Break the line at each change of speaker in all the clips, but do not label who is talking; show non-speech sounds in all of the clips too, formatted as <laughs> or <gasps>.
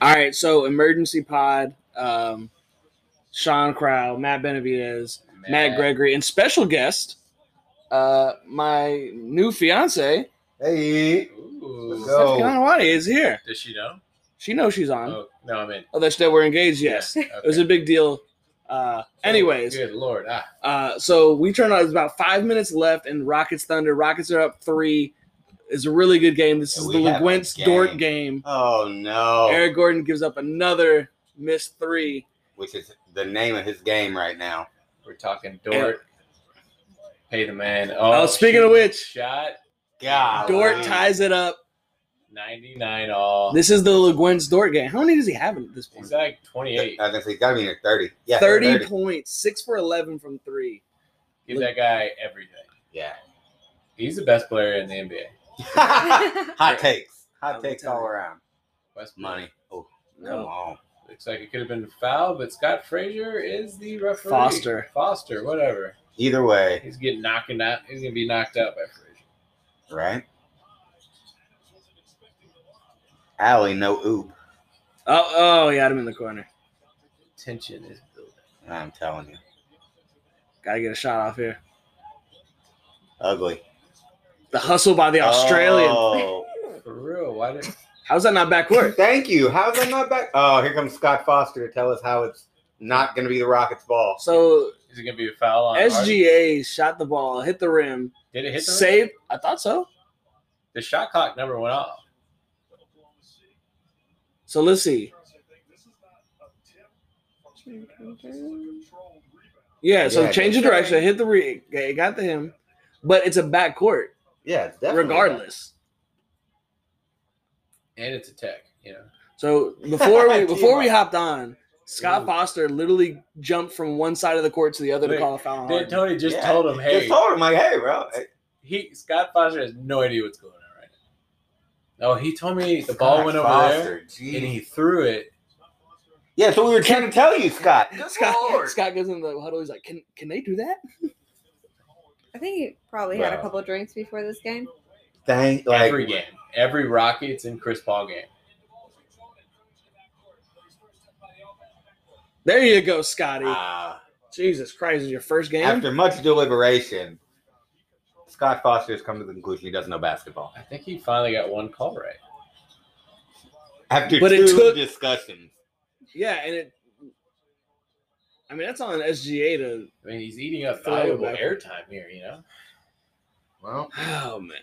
All right, so emergency pod, um, Sean Crow, Matt Benavides, Matt, Gregory, and special guest, uh, my new fiance,
Hey,
Ooh.
Let's go.
Stephanie Kanawati, is here.
Does she know?
She knows she's on.
Oh no, I
<laughs>
mean,
Oh, that's that we're engaged. Yes,
Yeah,
it was a
okay.
big deal. Uh, anyways,
Good lord. Ah,
Uh, so we turn on. There's about five minutes left, and Rockets Thunder. Rockets are up three. It's a really good game. This is
And
the
we have a
LeGuent's
game.
Dort game.
oh no,
Eric Gordon gives up another missed three.
which is the name of his game right now.
we're talking Dort. Pay the man. Oh,
Oh, speaking of
shoot.
which,
shot
God,
Dort ties it up.
99 all.
This is the LeGuent's Dort game. How many does he have at this point?
He's like
I
28.
think he's got to be near thirty. Yeah,
30, points, six for 11 from three.
Give that guy everything.
Yeah.
<laughs>
He's the best player in the NBA.
Hot takes.
I'm
Hot takes
telling
all
you.
around.
West
Money. Oh,
No.
come on.
Looks like it could have been a foul, but Scott Frazier is the referee.
Foster.
Foster, whatever.
Either way,
He's getting knocked out. He's going to be knocked out by Frazier.
right? Alley, no oop.
Oh, oh, he had him in the corner.
Tension is building.
I'm telling you,
Gotta get a shot off here.
ugly.
The hustle by the Australian. <laughs>
Oh.
Hmm.
For real. Why did
How's that not backcourt?
Thank you. How's that not back? Oh, here comes Scott Foster to tell us how it's not going to be the Rockets' ball.
So
is it going to be a foul on Arden?
SGA shot the ball, hit the rim,
Did it hit the rim?
saved. I thought so.
The shot clock never went off.
So let's see. Yeah, so
Yeah,
change the
that's
direction, hit the rig, it got to him, but it's a backcourt
Yeah, it's definitely
regardless.
And it's a tech, you know.
So before
<laughs>
we before we
T-Rock.
hopped on, Scott
Mm.
Ooh.
Foster literally jumped from one side of the court to the other to
Wait,
call a foul. on
Then
Harden.
Tony just
Yeah,
told him, hey,
Just told him like, hey, bro. hey,
he Scott Foster has no idea what's going on right now. No, he told me the ball
Scott
went over there
Foster, geez.
and he threw it.
yeah, so we were trying to tell you, Scott. Good
Scott,
Lord.
Scott goes in the huddle. He's like, "Can can they do that?"
I think he probably had a
Wow.
couple drinks before this game.
Thank like
every game, every Rockets and Chris Paul game.
There you go, Scotty.
ah,
Jesus Christ, is your first game.
after much deliberation, Scott Foster has come to the conclusion he doesn't know basketball.
I think he finally got one call right.
After
But
two
it took-
discussions,
yeah, and it. I mean, that's on SGA to.
I mean, he's eating up
Throw it
valuable
back.
airtime here, you know.
well,
Oh man.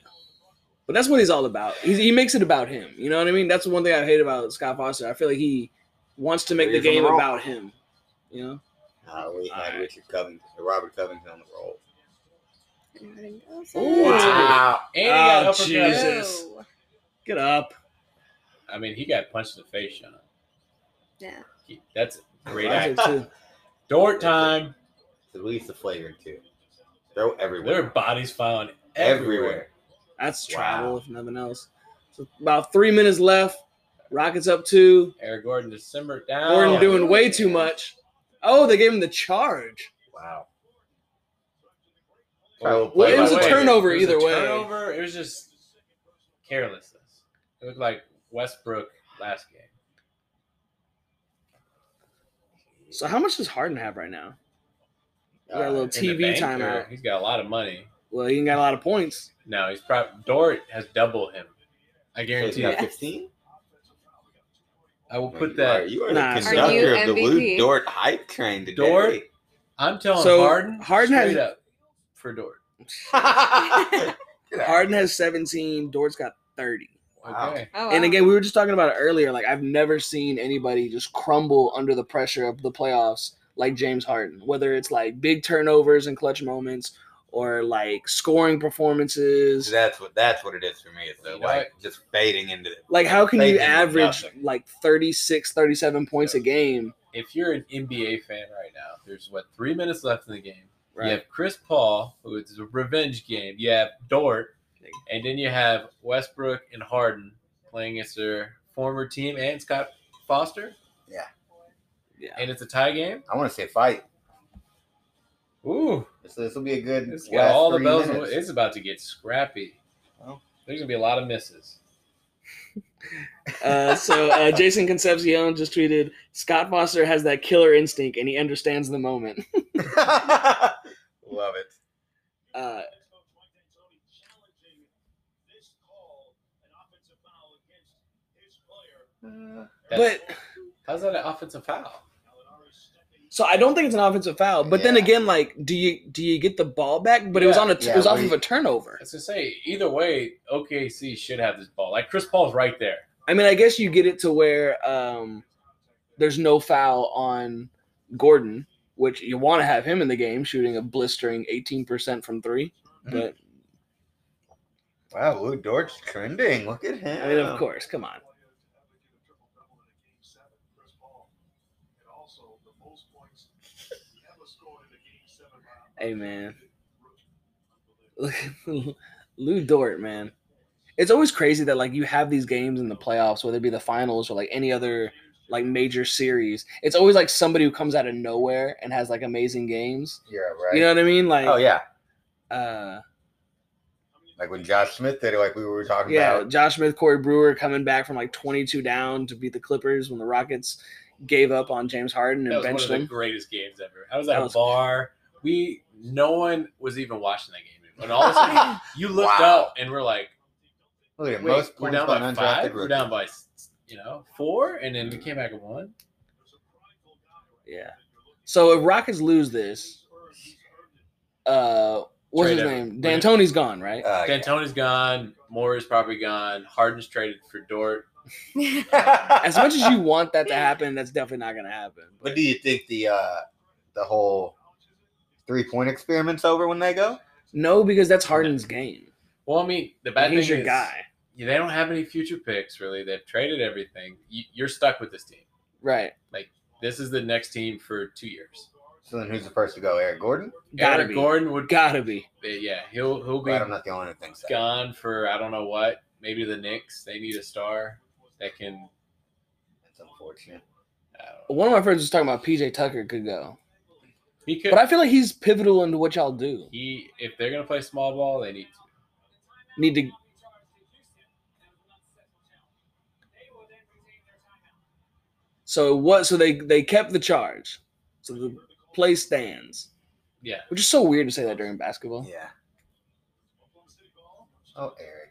But that's what he's all about. He's, he makes it about him. You know what I mean? That's the one thing I hate about Scott Foster. I feel like he wants to make the
He's on the
game
roll.
about him. You know?
uh, we had
Alright.
Richard Covington, Robert Covington on the roll.
And I didn't go,
Ooh.
"Sorry."
Wow. And he got
Oh,
uppercut.
jeez. Jesus.
No.
Get up.
I mean, he got punched in the face, Sean.
Yeah.
He- That's a great.
Right.
act.
Logic,
<laughs>
too.
Dort time.
At least the flavor too. Throw
Their
everywhere.
bodies found everywhere.
everywhere.
That's
Wow.
travel, if nothing else. So about three minutes left. Rockets up two.
Eric Gordon just simmered down.
Gordon
Oh.
doing way too much. Oh, they gave him the charge.
Wow.
Well,
Well,
by
it was
the
a
way,
turnover
it was a
either way.
Turnover. It was just carelessness. It looked like Westbrook last game.
So how much does Harden have right now? We got a little
Uh,
In the
TV
bank, or-
timeout.
He's got a lot of money.
Well, he ain't got a lot of points.
No, he's probably Dort has double him. I
so he's
guarantee.
got
you.
15?
I will
You
put that.
Are, you are
Nah.
the
Are
conductor
you
of the Lou
MVP?
Dort hype train today. <laughs>
Dort? I'm telling
So,
Harden.
Harden has-
straight up for Dort.
Harden has 17. Dort's got 30.
Wow.
Okay.
Oh,
And
wow. <laughs>
again, we were just talking about it earlier. Like I've never seen anybody just crumble under the pressure of the playoffs like James Harden. Whether it's like big turnovers and clutch moments, or like scoring performances.
that's what that's what it is for me. It's
You
like
know
just fading into the
Like how can you
They do
average
nothing.
like 36, 37 points a game?
If you're an NBA fan right now, there's what three minutes left in the game.
Right.
You have Chris Paul, who is a revenge game. You have Dort, and then you have Westbrook and Harden playing against their former team and Scott Foster.
Yeah.
Yeah.
And it's a tie game.
I want to say fight.
Ooh,
This this will be a good.
it's got
last
all the
three
bells. and
minutes.
whi- It's about to get scrappy.
Well.
There's gonna be a lot of misses.
Uh, so uh, Jason Concepcion just tweeted, Scott Foster has that killer instinct and he understands the moment.
<laughs> Love it.
Uh,
Uh, That's-
but
how's that an offensive foul?
so I don't think it's an offensive foul. But then
Yeah.
again, like, do you do you get the ball back? But it was
Yeah.
on a t-
Yeah,
it was
well,
off
you-
of a turnover.
As I say, either way, OKC should have this ball. Like Chris Paul's right there.
I mean, I guess you get it to where um, there's no foul on Gordon, which you want to have him in the game shooting a blistering 18% from 3 But
Wow, Lou Dortch trending. Look at him.
I mean, of course, come on. <laughs> Hey, man. <laughs> Lou Dort, man. It's always crazy that like you have these games in the playoffs, whether it be the finals or like any other like major series. It's always like somebody who comes out of nowhere and has like amazing games.
Yeah, right.
You know what I mean? Like,
oh yeah,
uh,
like when Josh Smith did it, like we were talking
yeah,
about.
Josh Smith, Corey Brewer coming back from like 22 down to beat the Clippers when the Rockets gave up on James Harden
That
and
was one of
benched
the
him.
greatest games ever. I was at
That
a
was-
bar. We no one was even watching that game. And all of a sudden,
<laughs>
you looked
Wow.
up and we're like,
Look at
Wait,
him. most
we're
points
down
by
by
an undrafted
five. We're
rookie.
down by you know four, and then we came back and won.
Yeah. So if Rockets lose this, uh, what's
Trade
his
every-
name? D'Antoni's gone, right?
Uh,
D'Antoni's gone. Moore is probably gone. Harden's traded for Dort.
As
<laughs>
much as you want that to happen, that's definitely not going to happen.
But do you think the uh the whole three point experiment's over when they go?
No, because that's Harden's game.
Well, I mean, the bad
He's
thing
your
is
guy,
yeah, they don't have any future picks. Really, they've traded everything. You, you're stuck with this team.
right?
This is the next team for two years.
So then who's the first to go? Eric Gordon?
Gotta
Eric
be.
Gordon would.
Gotta be.
Yeah, he'll he'll be
Glad I'm not the only one who thinks that.
gone for I don't know what. Maybe the Knicks. They need a star that can.
That's unfortunate.
I don't know.
One of my friends was talking about PJ Tucker could go,
He could.
but I feel like he's pivotal into what y'all do.
he if they're gonna play small ball, they need to.
Need to. So what? So they they kept the charge, so the play stands,
Yeah.
which is so weird to say that during basketball.
Yeah. Oh, Eric.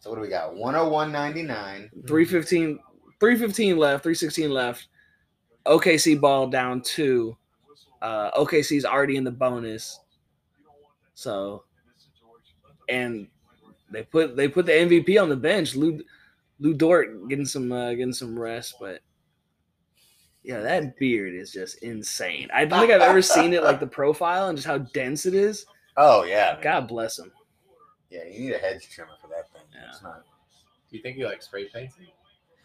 So what do we got? 101.99.
315, 315 left, 316 left. OKC ball down two. Uh, OKC's already in the bonus. So, and they put they put the MVP on the bench. Lou, Lou Dort getting some uh, getting some rest, but yeah, that beard is just insane. I don't think I've ever seen it like the profile and just how dense it is.
Oh yeah. man.
God bless him.
Yeah, you need a hedge trimmer for that thing.
Yeah.
It's not
Do you think he like spray paints?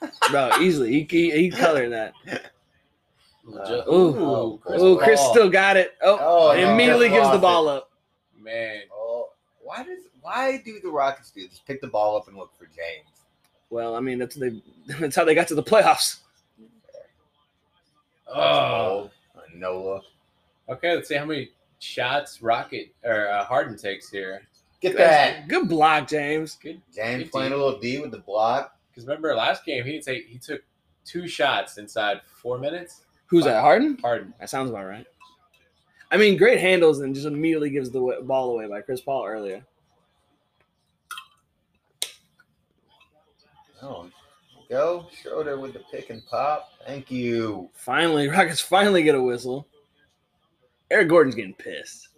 it?
Bro, easily. He, he, he colored that.
Uh,
Legit-
Ooh. Oh, Chris
Paul.
still got it. Oh,
Oh,
and
no,
immediately
Chris
gives the
lost
ball up.
Man,
Oh, why does why do the Rockets do this? Pick the ball up and look for James.
Well, I mean that's they <laughs> that's how they got to the playoffs.
Oh.
That's bold. Nola.
Okay, let's see how many shots Rocket or uh, Harden takes here.
Get that.
Good block, James.
Good,
James
Good
playing
D.
a little D with the block.
because remember last game he didn't take he took two shots inside four minutes.
Who's that? Harden?
Harden,
That sounds about right. I mean, great handles and just immediately gives the wa- ball away by Chris Paul earlier.
Oh, go Schroeder with the pick and pop. Thank you.
Finally, <laughs> Rockets finally get a whistle. Eric Gordon's getting pissed.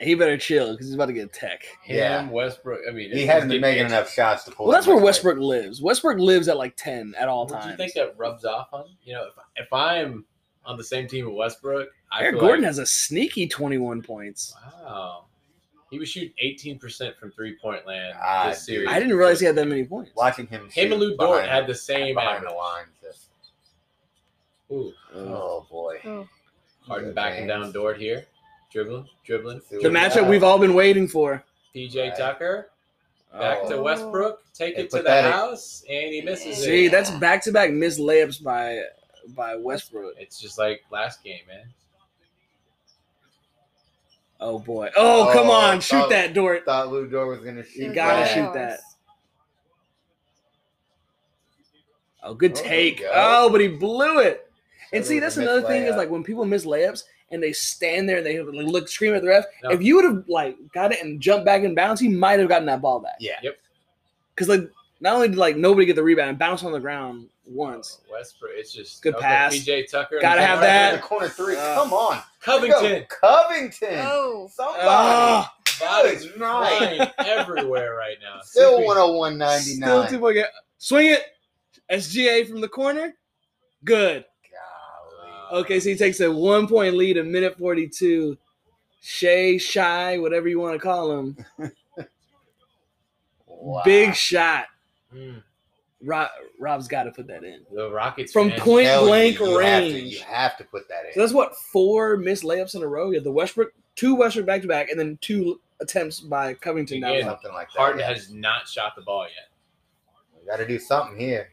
And he better chill because he's about to get tech.
him,
Yeah.
Westbrook. I mean,
He
it's
hasn't been
getting-
making enough shots to pull.
Well, that's
him
where
this way.
Westbrook lives. Westbrook lives at like ten at all
What do
times.
you think that rubs off on? You know, if, if I'm on the same team with Westbrook, I
Eric
feel
Gordon
like,
has a sneaky twenty-one points.
wow, he was shooting 18 percent from three point land
Ah,
this
dude.
series.
I didn't realize he had that many points.
Watching him.
Him
shoot
and Lou Dort
behind-
had the same
behind
average.
the lines. Just,
Ooh,
Uh,
oh boy.
Oh.
Harden
Good
backing
James.
down Dort here, dribbling, dribbling.
See
the
what we
matchup
got.
we've all been waiting for.
PJ
Right.
Tucker, Back to
Oh.
Westbrook, take
They
it
put
to the
that in-
house, and he misses
See,
it.
that's back to back missed layups by by Westbrook.
It's just like last game, man.
Oh boy. Oh, come
Oh,
on, shoot
oh.
that Dort.
Thought Lou Dort was gonna shoot.
You
It was
gotta
like
that.
shoot
ours.
that. Oh, good
Oh, there
take.
you go.
Oh, but he blew it. And
That
see,
was a
that's
missed
another thing is
layup.
like when people miss layups and they stand there and they like, look scream at the ref.
No.
If you would have like got it and jumped back in bounds, he might have gotten that ball back.
Yeah.
Yep.
Because like not only did like nobody get the rebound and bounce on the ground once.
Westbrook. It's just
Good
okay,
pass.
PJ Tucker.
Gotta have
Right there in
that.
the corner three.
Uh,
Come on,
Covington.
Go, Covington.
Oh,
Somebody.
Ah,
Bodies
Good <laughs>
flying everywhere right now.
Still
Sippy.
101.99.
still two more. ga- Swing it. SGA from the corner. Good.
Golly.
Okay, so he takes a one point lead, a minute 42. Shay, shy, whatever you want to call him.
Wow.
Big shot.
Mm,
Rob, Rob's got to put that in.
the Rockets
From
fans-
point-
Hell,
blank
you have to-
range.
you have to put that in.
So that's what four missed layups in a row. You had the Westbrook, two Westbrook back to back, and then two attempts by Covington. Down
Yeah.
low.
something like that.
Harden
yeah.
has not shot the ball yet.
We got to do something here.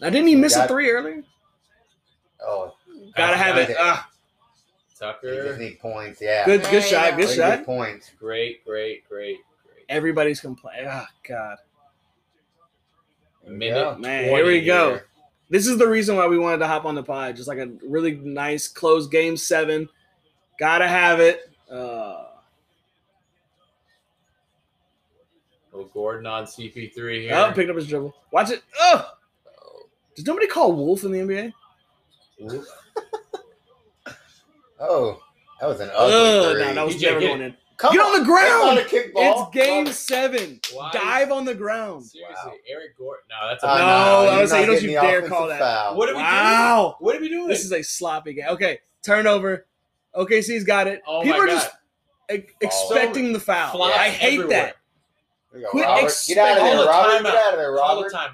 Now, didn't he miss a
Got-
three earlier?
Oh,
Gotta have it. Ah,
you just
Tucker.
need points. Yeah.
good, good shot,
We
good
Good
need
shot.
Points.
Great, great, great, great.
Everybody's complaining. Ah, God,
There we
Minute
go.
man,
20
here we go.
here.
This is the reason why we wanted to hop on the pod. Just like a really nice close game seven. Gotta have it. Uh,
Well, Gordon on CP3 here.
oh, picked up his dribble. Watch it. Oh, does nobody call Wolf in the NBA?
Ooh,
Oh, that was an ugly
Oh,
three.
no, that was
DJ,
never
get
going in.
Come
Get on the ground!
That's not a kickball.
It's game
Fuck.
seven.
why-
Dive on the ground.
Seriously,
Wow.
Eric Gordon. No, that's a
Uh,
no,
No, I
you're
would say
not
you don't
getting
you
the
dare
offensive
call that.
Foul.
What are we
Wow.
doing? What are we doing?
This is a sloppy game. Okay, turnover. OKC's got it.
Oh
People
my
are
God.
just e- expecting the foul.
Flops
I hate that.
everywhere.
Here we go,
Quit
Robert. Get out of
expecting-
there,
Call a
Robert. Get
timeout.
out of there,
Call
Robert.
the timeout.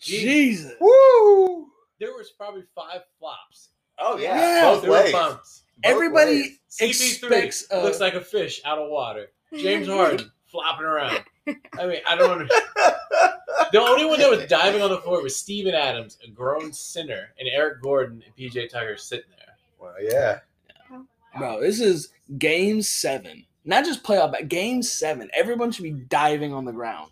Jesus.
Woo!
There was probably five flops.
Oh yeah,
Yeah.
both
There were
ways. Both
bumps.
Everybody
ways.
expects.
CP3
Uh,
looks like a fish out of water. James
<laughs>
Harden flopping around. I mean, I don't understand. The only one that was diving on the floor was Steven Adams, a grown sinner, and Eric Gordon and PJ Tucker sitting there.
Well, yeah.
bro, this is game seven. Not just playoff, but game seven. Everyone should be diving on the ground.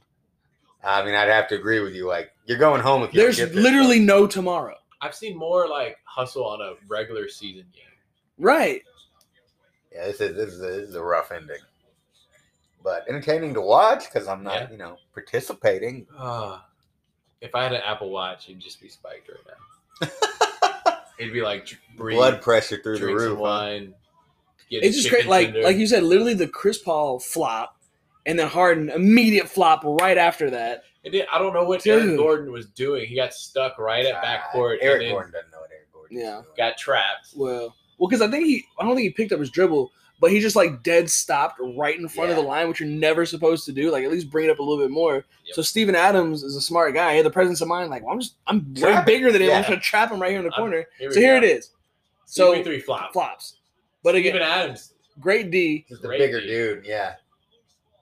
I mean, I'd have to agree with you. Like, you're going home if you don't
There's
get this
literally no tomorrow.
I've seen more like hustle on a regular season game.
Right.
one. Yeah, this is this is, a, this is a rough ending, but entertaining to watch because I'm not,
Yeah.
you know, participating.
Ah, if I had an Apple Watch, it'd just be spiked right now.
<laughs>
it'd be like dr- breathe,
Blood pressure through the
drink some
roof. huh?
wine. Get a
It's just
chicken
great. Like
tender.
like you said, literally the Chris Paul flop, and then Harden immediate flop right after that.
It did- I don't know what
Dude.
Eric Gordon was doing. He got stuck right at backcourt.
God, Ah, Eric
and then
Gordon doesn't know what Eric Gordon. is
Yeah.
doing.
Got trapped.
Well, well, because I think he, I don't think he picked up his dribble, but he just like dead stopped right in front of the
Yeah.
line, which you're never supposed to do. Like at least bring it up a little bit more. So
Yep.
Steven Adams is a smart guy. He had the presence of mind. Like, well, I'm just, I'm way
Trap it.
bigger than him. I'm
Yeah.
gonna trap him right here in the
I'm-
corner.
Here
so here it is. So
CP3 flop.
flops, but
Steven
again,
Adams.
great D.
Just a
Great
bigger
dude.
dude. Yeah.
<laughs>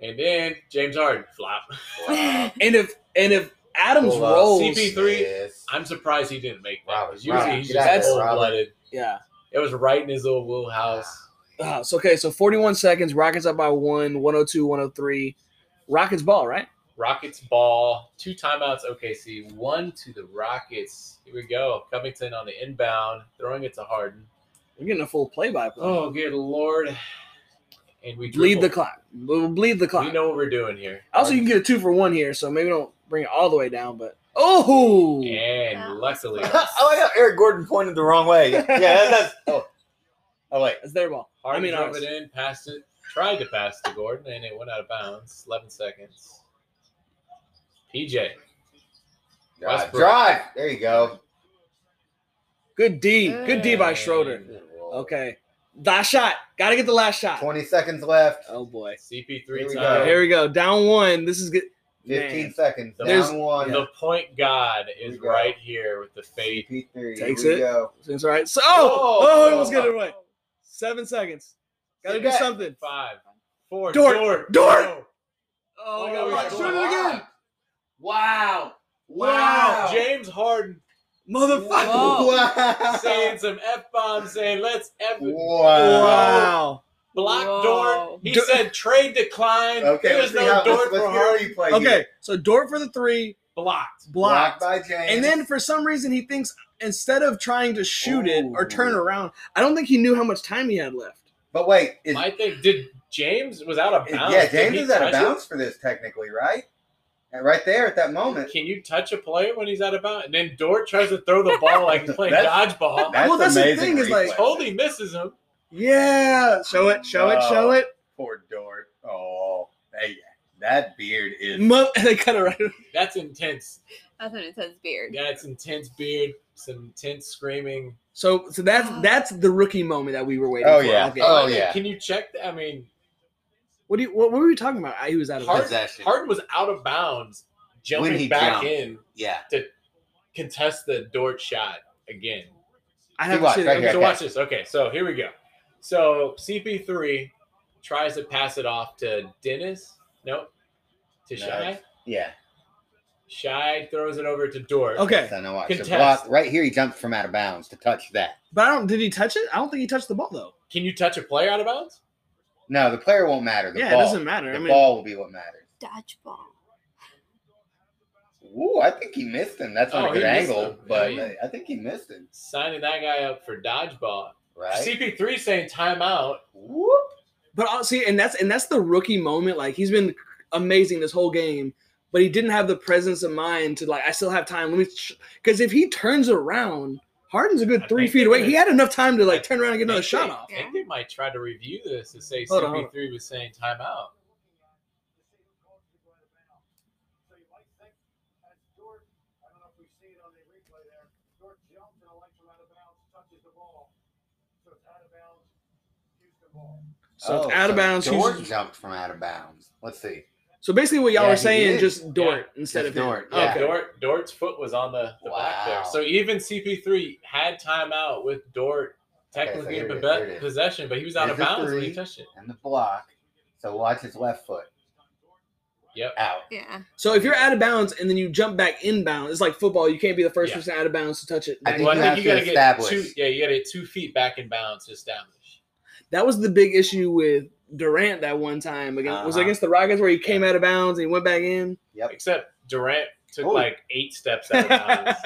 And then James Harden flop.
Wow.
And if and if Adams
Pull up.
rolls,
CP3. Three.
Yes. <laughs>
I'm surprised he didn't make that.
Robert,
'cause usually
Robert,
he's
get
just
out of there,
cold blooded.
yeah.
It was right in his little wheelhouse.
Uh, so okay, so 41 seconds. Rockets up by one, 102, 103. Rockets ball, right?
Rockets ball, two timeouts OKC, one to the Rockets. Here we go. Covington on the inbound, throwing it to Harden.
We're getting a full play-by-play.
Oh, good lord. And we
bleed the
dribble.
clock. We'll bleed the clock.
We know what we're doing here.
Also, you can get a two for one here, so maybe don't bring it all the way down. But oh,
and
Wow.
<laughs>
luckily,
Oh, I like how Eric Gordon pointed the wrong way. Yeah, yeah, that's, oh, oh wait,
that's their ball. I
Harden
mean, uh,
drove
ours.
it in, passed it, tried to pass to Gordon, and it went out of bounds. 11 seconds. PJ.
drive,
Westbrook.
drive. There you go.
Good D, good D by
And-
Schroeder. Okay, last shot. Got to get the last shot.
Twenty seconds left.
Oh boy,
CP3
Here
time.
we go.
here we go. Down one. This is good.
Fifteen
Man.
seconds.
There's-
Down one.
The point god is
Here we go.
right here with the fade.
CP3.
Takes
Here we
it.
Go.
It's all right. So oh, oh,
Oh.
it almost got it away. Seven seconds. Got to
You
do
got-
something.
Five, four,
Dort.
Dort.
Dort.
No. Oh,
Oh, my God.
he's
Shoot it
alive.
again.
Wow.
Wow. James Harden
Motherfucker!
Whoa.
Wow. <laughs>
saying some f bombs, saying let's f
wow.
block
Whoa.
Dort. He
Do-
said trade decline.
Okay,
there
let's,
was
see how,
no
let's,
Dort
let's
for
hear a
Harden.
replay. here.
Okay.
So Dort for the three,
Blocked.
blocked.
by James.
And then for some reason he thinks instead of trying to shoot it or
Ooh.
turn around, I don't think he knew how much time he had left.
but wait, is,
My thing did James was out of
is-
bounds.
yeah,
Did
James
he
is out of
touch it?
bounds for this technically, right? And Right there at that moment.
Can you touch a player when he's out of bounds? And then Dort tries to throw the ball like
<laughs>
he's playing
That's-
dodgeball.
That's
Well, that's the
amazing
thing is, like-
replay.
totally misses him.
Yeah. Show it, show it, show it.
poor Dort. Oh, hey, that beard is.
Mo- <laughs> they cut it right.
That's intense.
That's when it says beard.
That's intense beard. Some intense screaming.
So so that's that's the rookie moment that we were waiting
Oh,
for.
yeah.
all game.
Oh, yeah.
Can you check? The, I mean,
What do you what, what were we talking about? I, he was out of
Hard-
bounds.
possession.
Harden was out of bounds,
When
jumping
he
back
jumped.
in,
Yeah.
contest the Dort shot again.
I
See,
have
watch,
to see
right
that.
here.
So
okay.
watch this. Okay, so here we go. So CP3 tries to pass it off to Dennis. Nope. To
No.
Shy.
Yeah.
Shy throws it over to Dort.
Okay.
So now watch. So
Contest.
block, right here, he jumps from out of bounds to touch that.
But I don't did he touch it? I don't think he touched the ball though.
Can you touch a player out of bounds?
No, the player won't matter. The
yeah,
ball.
it doesn't matter.
The
I mean
ball will be what matters.
Dodgeball.
Ooh, I think he missed him. That's not
Oh,
a
he
good
missed
angle,
him.
but
Yeah.
I think he missed him.
Signing that guy up for dodgeball.
Right?
CP3 saying timeout.
Whoop.
But I'll see, and that's and that's the rookie moment. Like he's been amazing this whole game, but he didn't have the presence of mind to like. I still have time. Let me, because if he turns around, Harden's a
I
good three
think
feet
they
away.
would-
He had enough time to like turn around and get
I
another
think-
shot off.
I think they might try to review this and say
Hold on, hold
CP3 was saying timeout.
So it's
Oh,
out of bounds.
Dort
Houston-
jumped from out of bounds. Let's see.
So basically, what y'all
Yeah,
are
he
saying
did.
just Dort instead
Just
of him.
Dort,
Okay.
yeah.
Oh, Dort, Dort's foot was on the, the back
Wow.
there. So even CP3 had timeout with Dort
Okay, so
technically
here
in
it is,
pobe-
here it is.
possession, but he was out
Is
of
it
bounds when he
three?
touched it.
And the block. So watch his left foot
Yep.
out.
Yeah.
So if you're out of bounds and then you jump back inbound, it's like football. You can't be the first
Yeah.
person out of bounds to touch it.
I
That-
think
Well, I
you
think
have
you
to
gotta get two.
establish.
Yeah, you gotta get two feet back in bounds to establish.
that was the big issue with Durant that one time. Against, Was it
Uh-huh.
against the Rockets where he came out of bounds and he went back in?
Except Durant took
Ooh.
like eight steps out of
<laughs>
bounds.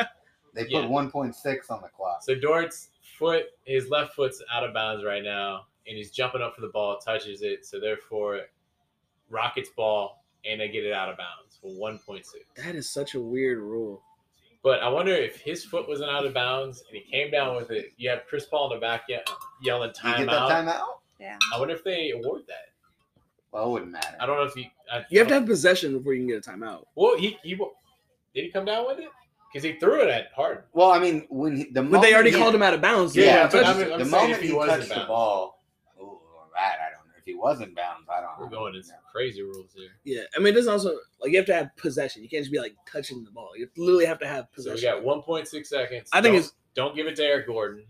They put
Yeah.
1.6 on the clock.
so Dort's foot, his left foot's out of bounds right now, and he's jumping up for the ball, touches it, so therefore, Rockets ball, and they get it out of bounds for one point six.
That is such a weird rule.
But I wonder if his foot wasn't out of bounds and he came down with it. You have Chris Paul in the back ye- yelling
You get
timeout.
that timeout?
Yeah.
I wonder if they award that.
Well, it wouldn't matter.
I don't know if he. I,
You have to have possession before you can get a timeout.
Well, he, he wa- did he come down with it because he threw it at Harden.
well, I mean, when he, the
But they already
he-
called him out of bounds.
Yeah,
They
Yeah,
didn't
but
touch
I'm-
him.
the
saying if
moment
he
he,
was in
touched the
bounds.
ball. Ooh, all right. I don't know if he was in bounds. I don't.
We're going in some crazy rules here.
yeah. I mean, it doesn't also like you have to have possession. You can't just be like touching the ball. You literally have to have
So
possession.
we got 1.6 seconds.
I think
don't,
it's-
don't give it to Eric Gordon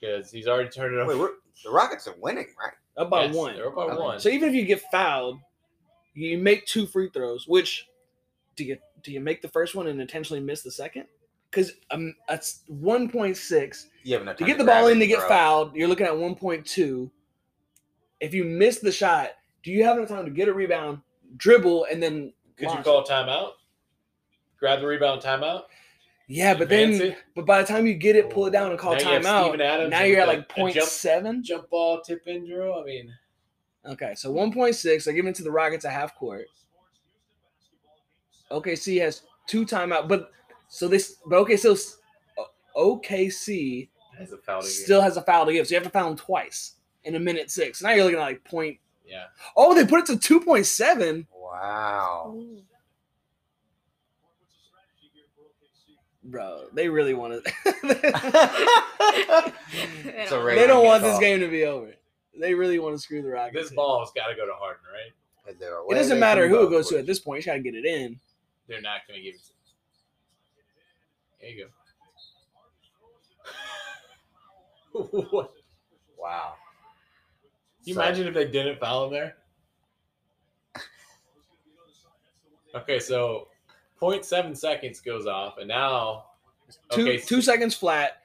because he's already turned it over.
Wait, we're, the Rockets are winning, right?
up by
Yes,
one.
They're up by
Okay.
one.
So even if you get fouled, you make two free throws. Which do you do you make the first one and intentionally miss the second? Because um, that's one point six.
You have enough
to
time
get the ball
grab
in to
it and
get
throw it.
fouled, you're looking at 1.2. If you miss the shot, do you have enough time to get a rebound, dribble, and then
Could you
launch?
call timeout? Grab the rebound timeout?
Yeah, but then,
Advance it?
but by the time you get it, pull it down, and call
Now you have Steven
timeout.
Adams
Now
with
you're at
a-
like
a jump-
0.7.
jump ball, tip in, drill. I mean,
Okay, so 1.6. I give it to the Rockets at half court. OKC has two timeout, but so this, but okay, so s- O- OKC
that's a foul. to get.
still has a foul to give, so you have to foul him twice in a minute six. Now you're looking at like point
Yeah.
Oh, they put it to two point seven.
Wow.
<laughs>
Ooh.
Bro, they really <laughs> want to.
it's a
They
they don't want this
call.
game to be over. They really want to screw the Rockets.
This ball's got to go to Harden, right?
Is there a
it
way they
doesn't matter
can
who it
both
goes to
win?
at this point. You just gotta get it in.
They're not going to give it. to There you go. <laughs> what?
Wow.
Can you
So-
imagine if they didn't foul him there? Okay, so 0.7 seconds goes off, and now
Two
Okay.
two seconds flat.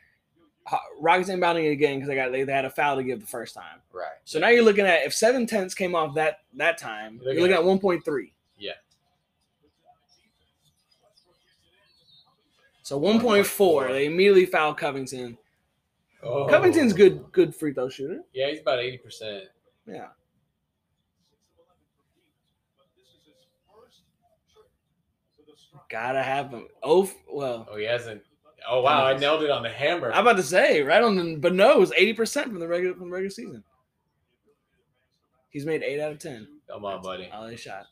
Ho- Rockets inbounding it again because they got they, they had a foul to give the first time.
Right.
So now you're looking at if seven tenths came off that that time,
You're
you're
looking
looking
at-
at one point three.
Yeah.
So one point four, they immediately foul Covington.
Oh.
Covington's good good free throw shooter.
Yeah, he's about eighty percent.
Yeah. Gotta have him. Oh f- well,
Oh, he hasn't. Oh wow, I nailed it on the hammer.
I'm about to say right on the but no, it was eighty percent from the regular from the regular season. He's made eight out of ten.
Come on, buddy.
All they shot.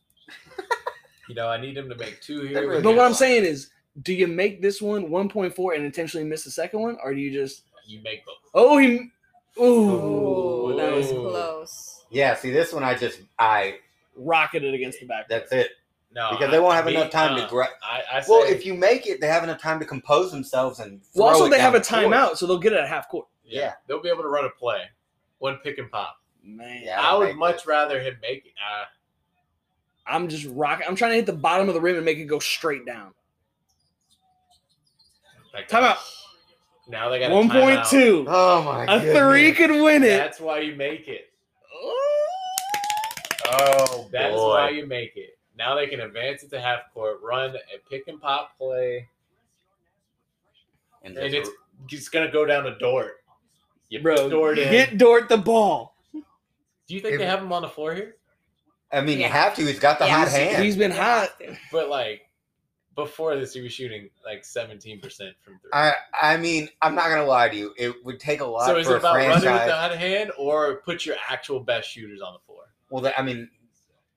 You know, I need him to make two
That
here.
really-
But what I'm saying is, do you make this one 1.4 and intentionally miss the second one, or do you just
you make both.
oh he, ooh,
Oh, that was
Ooh.
close.
Yeah. See, this one I just I
rocketed against the back?
that's it
No,
because they won't have
Uh, me-
enough time
nah.
to. Gra-
I, I
well,
say-
if you make it, they have enough time to compose themselves and.
Well,
throw
also
it
they
down
have a
the court.
timeout, so they'll get it at half court.
yeah,
yeah.
they'll be able to run a play, one pick and pop.
Man,
Yeah.
I would
make
much
it.
rather him make. it. Uh,
I'm just rocking. I'm trying to hit the bottom of the rim and make it go straight down.
like,
Timeout.
Now they got a
One point
timeout.
two.
Oh my
A
god.
three could win it.
That's why you make it.
Oh
That's
boy.
why you make it. Now they can advance it to half court, run a pick and pop play,
and
and
it's,
it's it's gonna go down to Dort. You put
Bro,
Dort in.
get Dort the ball.
Do you think
If-
they have him on the floor here?
I mean,
Yeah.
you have to. He's got the
Yeah.
hot hand.
He's been hot.
But like before this, he was shooting like seventeen percent from three.
I I mean, I'm not gonna lie to you. It would take a lot
so is it
for a
about running with
franchise.
the hot hand or put your actual best shooters on the floor?
well, that- I mean,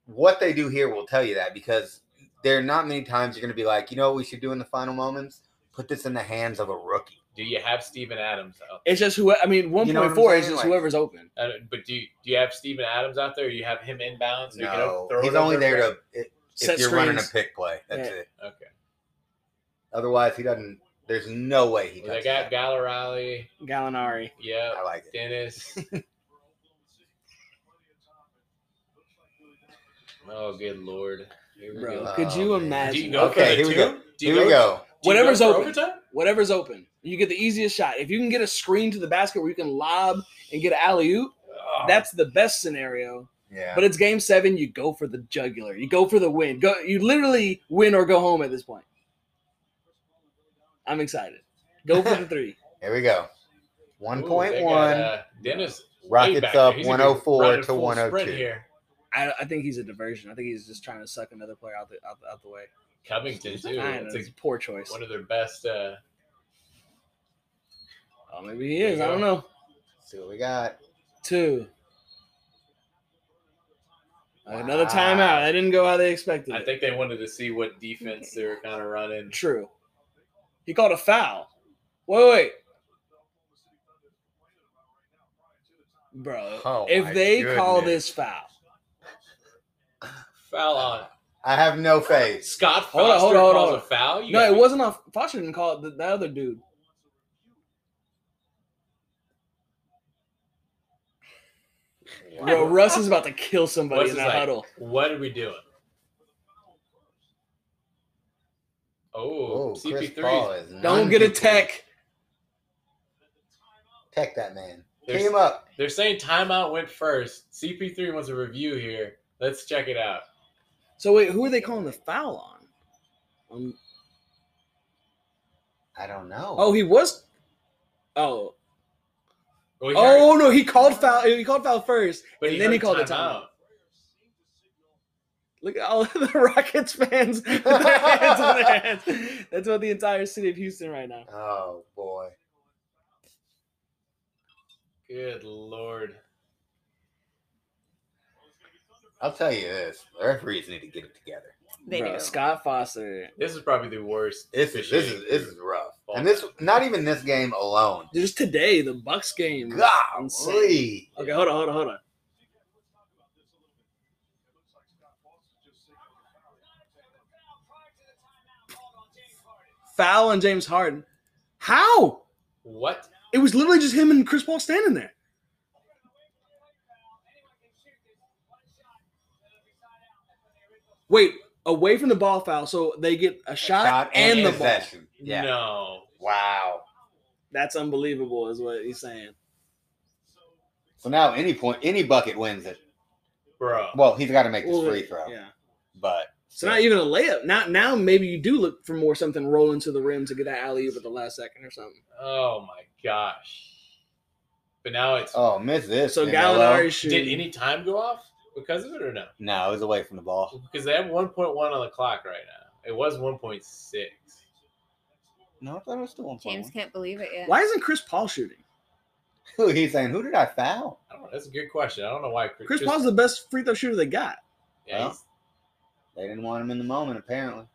what they do here will tell you that because there are not many times you're gonna be like, you know, what we should do in the final moments. Put this in the hands of a rookie.
Do you have Steven Adams out?
It's just who I mean. One
You know what
point
I'm
four is
saying?
just
Like-
whoever's open.
I don't- But do you, do you have Steven Adams out there? You have him inbound so you can
no,
up- throw
he's
it
only
over?
there to if
Set
you're running a
screens.
pick play. That's
Yeah.
it.
Okay.
Otherwise, he doesn't. There's no way he.
Well, they
touches
got
that.
Gallerally.
Gallinari.
Yeah.
I like it. <laughs>
Dennis. oh, good lord. Here we
Bro,
go.
could
Oh,
you
man.
imagine?
Do you go
Okay,
for the
here we
two?
go.
Do you
Here we go.
do you
Whatever's
go for
open.
overtime?
Whatever's open, you get the easiest shot. If you can get a screen to the basket where you can lob and get an alley oop,
Oh,
that's the best scenario.
Yeah.
But it's game seven. You go for the jugular. You go for the win. Go. You literally win or go home at this point. I'm excited. Go for
<laughs>
the three.
Here we go.
ooh,
One
they
point
got,
one.
uh, Dennis. way back
Rockets
there.
up
He's a good
104
running
to
full sprint
102.
Here.
I, I think he's a diversion. I think he's just trying to suck another player out the out the, out the way.
Covington, too.
I know,
That's
it's
a,
a poor choice.
one of their best. Uh,
Oh, maybe he is. I don't
Yeah.
know.
See what we got.
Two. Another
Wow.
timeout. That didn't go how they expected.
I
it.
think they wanted to see what defense they were kind of running.
True. He called a foul. Wait, wait. Bro,
Oh my
if they call
goodness.
this foul,
Foul on
I have no faith.
Scott Foster
Hold on, hold on, hold
calls
on.
a foul. You
no,
gotta
it
be
wasn't on Foster didn't call it. th- That other dude. Bro, Russ is about to kill somebody
Russ
in
is
that
like-
huddle.
What are we doing? Oh,
Oh, Chris Paul
CP3.
is
Don't get a
non-people.
tech.
Tech that man.
There's-
Team up.
They're saying timeout went first. CP3 wants a review here. Let's check it out.
So wait, who are they calling the foul on? Um,
I don't know.
oh, he was. Oh,
Oh, he already-
oh no, he called foul. He called foul first,
but
and then
already
he called the timeout. Look at all <laughs> the Rockets <laughs> fans. with their hands in their hands. That's about the entire city of Houston right now.
Oh boy.
Good lord.
I'll tell you this. The referees need to get it together.
They
Bro,
do.
Scott Foster.
This is probably the worst.
This is this is this is rough. And this not even this game alone.
Just today, the Bucks game.
Golly.
Okay, hold on, hold on, hold on. Foul on James Harden. How?
What?
It was literally just him and Chris Paul standing there. Wait, away from the ball foul, so they get a shot,
Shot
and, the ball.
possession. Yeah.
No.
Wow.
That's unbelievable, is what he's saying.
So now any point, any bucket wins it.
bro.
Well, he's got to make this
Well,
free throw,
Yeah.
but
So not even a layup. Now, now maybe you do look for more something rolling to the rim to get that alley over the last second or something.
Oh my gosh. But now it's
oh, miss this.
So
Manello.
Gallinari shoot.
did any time go off because of it or no?
No, it was away from the ball.
Because they have 1.1 on the clock right now. It was 1.6.
No, I thought it was still one
James
point.
can't believe it yet.
Why isn't Chris Paul shooting?
Who he's saying? Who did I foul?
I don't know. That's a good question. I don't know why
Chris
just-
Paul's the best free throw shooter they got.
yeah, he's-
They didn't want him in the moment, apparently.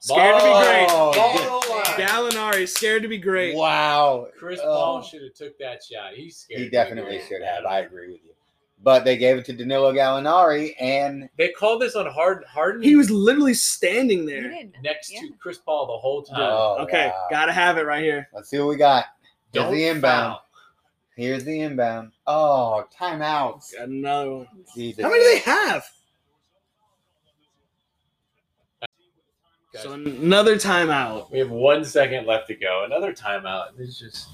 Scared to be great.
Oh,
Ball line.
Gallinari scared to be great.
Wow,
Chris
Oh.
Paul should have took that shot. He's scared.
he definitely
Yeah.
should have. I agree with you. But they gave it to Danilo Gallinari, and
They called this on Harden. Harden.
He was literally standing
He
there.
didn't.
next
Yeah.
to Chris Paul the whole time.
oh,
Okay,
wow.
gotta have it right here.
let's see what we got. Here's
Don't
the inbound.
foul.
Here's the inbound. Oh, timeouts.
Got another one.
Jesus.
How many do they
<laughs>
have?
Guys,
So another timeout.
we have one second left to go. Another timeout. It's just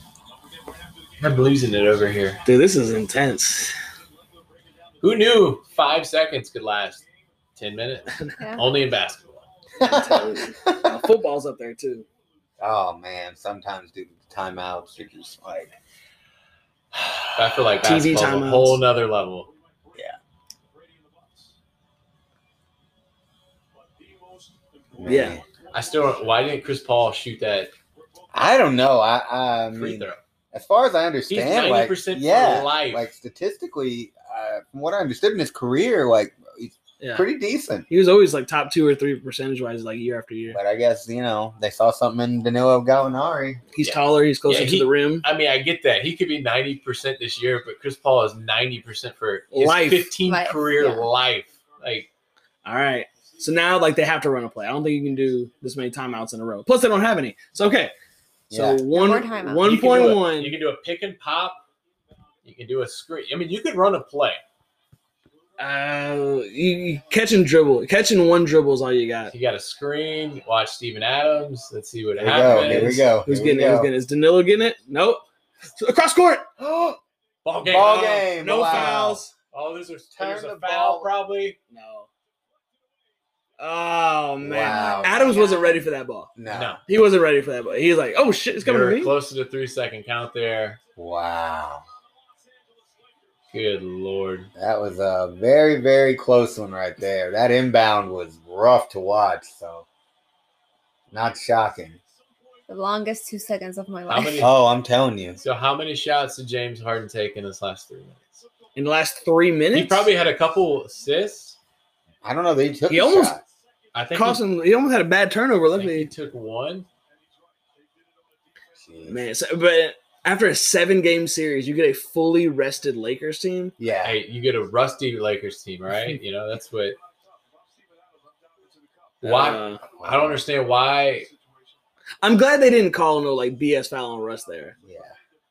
I'm losing it over here.
Dude, this is intense.
Who knew five seconds could last ten minutes?
<laughs> Yeah.
Only in basketball. <sighs> <laughs>
Uh, football's up there too.
oh man, sometimes due to the timeouts, you're just like,
I feel like
TV
basketball's a
timeouts.
whole nother level.
man.
Yeah.
I still don't, why didn't Chris Paul shoot that
I don't know. I, I
free
mean,
throw?
as far as I
He's
understand,
ninety
like,
percent
yeah,
for life.
like statistically, uh, from what I understood in his career, like he's
Yeah.
pretty decent.
He was always like top two or three percentage wise, like year after year.
But I guess you know they saw something in Danilo Gallinari.
He's
Yeah.
taller. He's closer
Yeah,
to
he-
the rim.
I mean, I get that he could be ninety percent this year, but Chris Paul is ninety percent for his
Life.
fifteen
Life,
career
yeah.
life. Like
All right. So now, like, they have to run a play. I don't think you can do this many timeouts in a row. Plus, they don't have any. So okay. So
Yeah.
one
more timeouts.
one
You can
point
do a-
one.
You can do a pick and pop. You can do a screen. I mean, you could run a play.
Uh, you, you catching dribble, catching one dribble is all you got.
You got a screen. Watch Steven Adams. Let's see what
Here we go.
happens.
Here we go.
Who's
here
getting
we
it? Who's
go.
getting it? Is Danilo getting it? Nope. So, across court.
Ball game.
Ball
Oh,
game.
No
wow.
fouls.
Oh, there's a,
Turn
there's a
the
foul
ball.
probably.
No. Oh man.
Wow.
Adams wasn't ready for that ball. <gasps>
No.
No.
He wasn't ready for that ball. He's like, oh shit, it's coming
You're
to me.
close to the three second count there.
Wow.
Good lord.
That was a very, very close one right there. That inbound was rough to watch, so not shocking.
The longest two seconds of my
How
life.
many?
<laughs> Oh, I'm telling you.
So how many shots did James Harden take in this last three minutes?
In the last three minutes,
He probably had a couple assists.
I don't know that he took
He
the
almost-
shot.
I think,
cost
he,
him. He almost had a bad turnover.
I
Let
think he
me,
took one.
Jeez.
man. So, but after a seven-game series, you get a fully rested Lakers team.
Yeah.
Hey, you get a rusty Lakers team,
<laughs>
right? You know that's what. Why?
Uh,
I don't understand why,
I'm glad they didn't call no like BS foul on Russ there.
Yeah.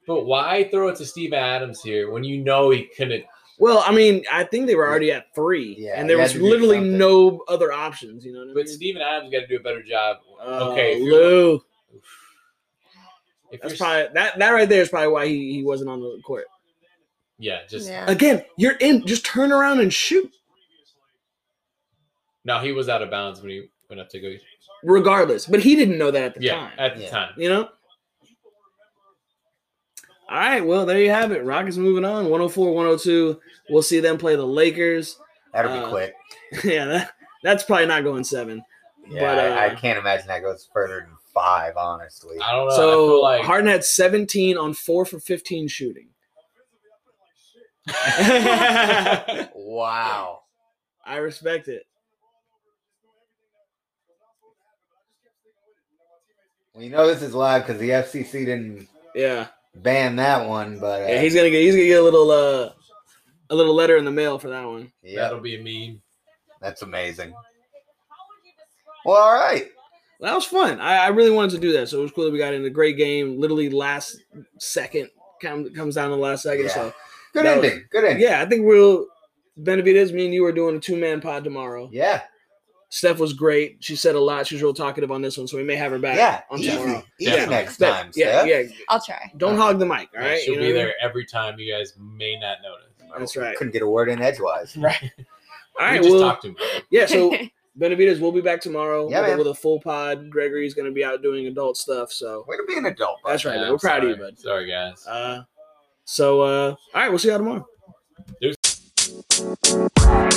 but why throw it to Steve Adams here when you know he couldn't?
Well, I mean, I think they were already at three,
Yeah,
and there
you had
was
to do
literally
something.
no other options. You know what I
But
mean?
Steven Adams got to do a better job.
Uh,
okay, if you're-
Lou.
if
That's
you're-
probably that. That right there is probably why he, he wasn't on the court.
yeah. Just
<laughs> yeah.
Again, you're in. Just turn around and shoot.
no, he was out of bounds when he went up to go.
Regardless, but he didn't know that at the
Yeah,
time.
at the
Yeah.
time.
you know. All right, well, there you have it. Rockets moving on 104 102. We'll see them play the Lakers. <laughs>
That'll be
Uh,
quick.
yeah, that, that's probably not going seven.
Yeah,
but,
I, I
uh,
can't imagine that goes further than five, honestly.
I don't know. I
So
feel like
Harden had 17 on four for 15 shooting.
<laughs>
<laughs> I
Wow.
respect it.
Well, you know this is live because the FCC didn't
Yeah,
ban that one, but uh,
yeah. He's gonna get he's gonna get a little uh a little letter in the mail for that one.
yeah,
that'll be a meme.
that's amazing. Well, all right.
That was fun. I, I really wanted to do that, so it was cool that we got in a great game. Literally last second come, comes down to the last second. So
Good
That was-
ending. Good ending.
yeah, I think we'll Benavides. Me and you are doing a two man pod tomorrow.
Yeah.
Steph was great. She said a lot. She was real talkative on this one, so we may have her back.
Yeah,
on
easy,
tomorrow.
easy
Yeah.
next
But,
time.
yeah,
Steph.
yeah.
I'll try.
Don't hog the mic, all
Yeah,
right?
She'll
You
be
know?
there every time. You guys may not notice.
That's right.
Couldn't get a word in edgewise.
Right.
All right,
we just
well,
talked too much.
yeah.
<laughs>
So Benavides will be back tomorrow
Yeah,
with, a,
man.
with a full pod. Gregory's going to be out doing adult stuff, so
Way to be an adult. bud.
that's right.
Yeah,
man.
I'm
We're proud of you,
sorry.
bud.
Sorry, guys.
Uh, so, uh, all right, we'll see y'all tomorrow.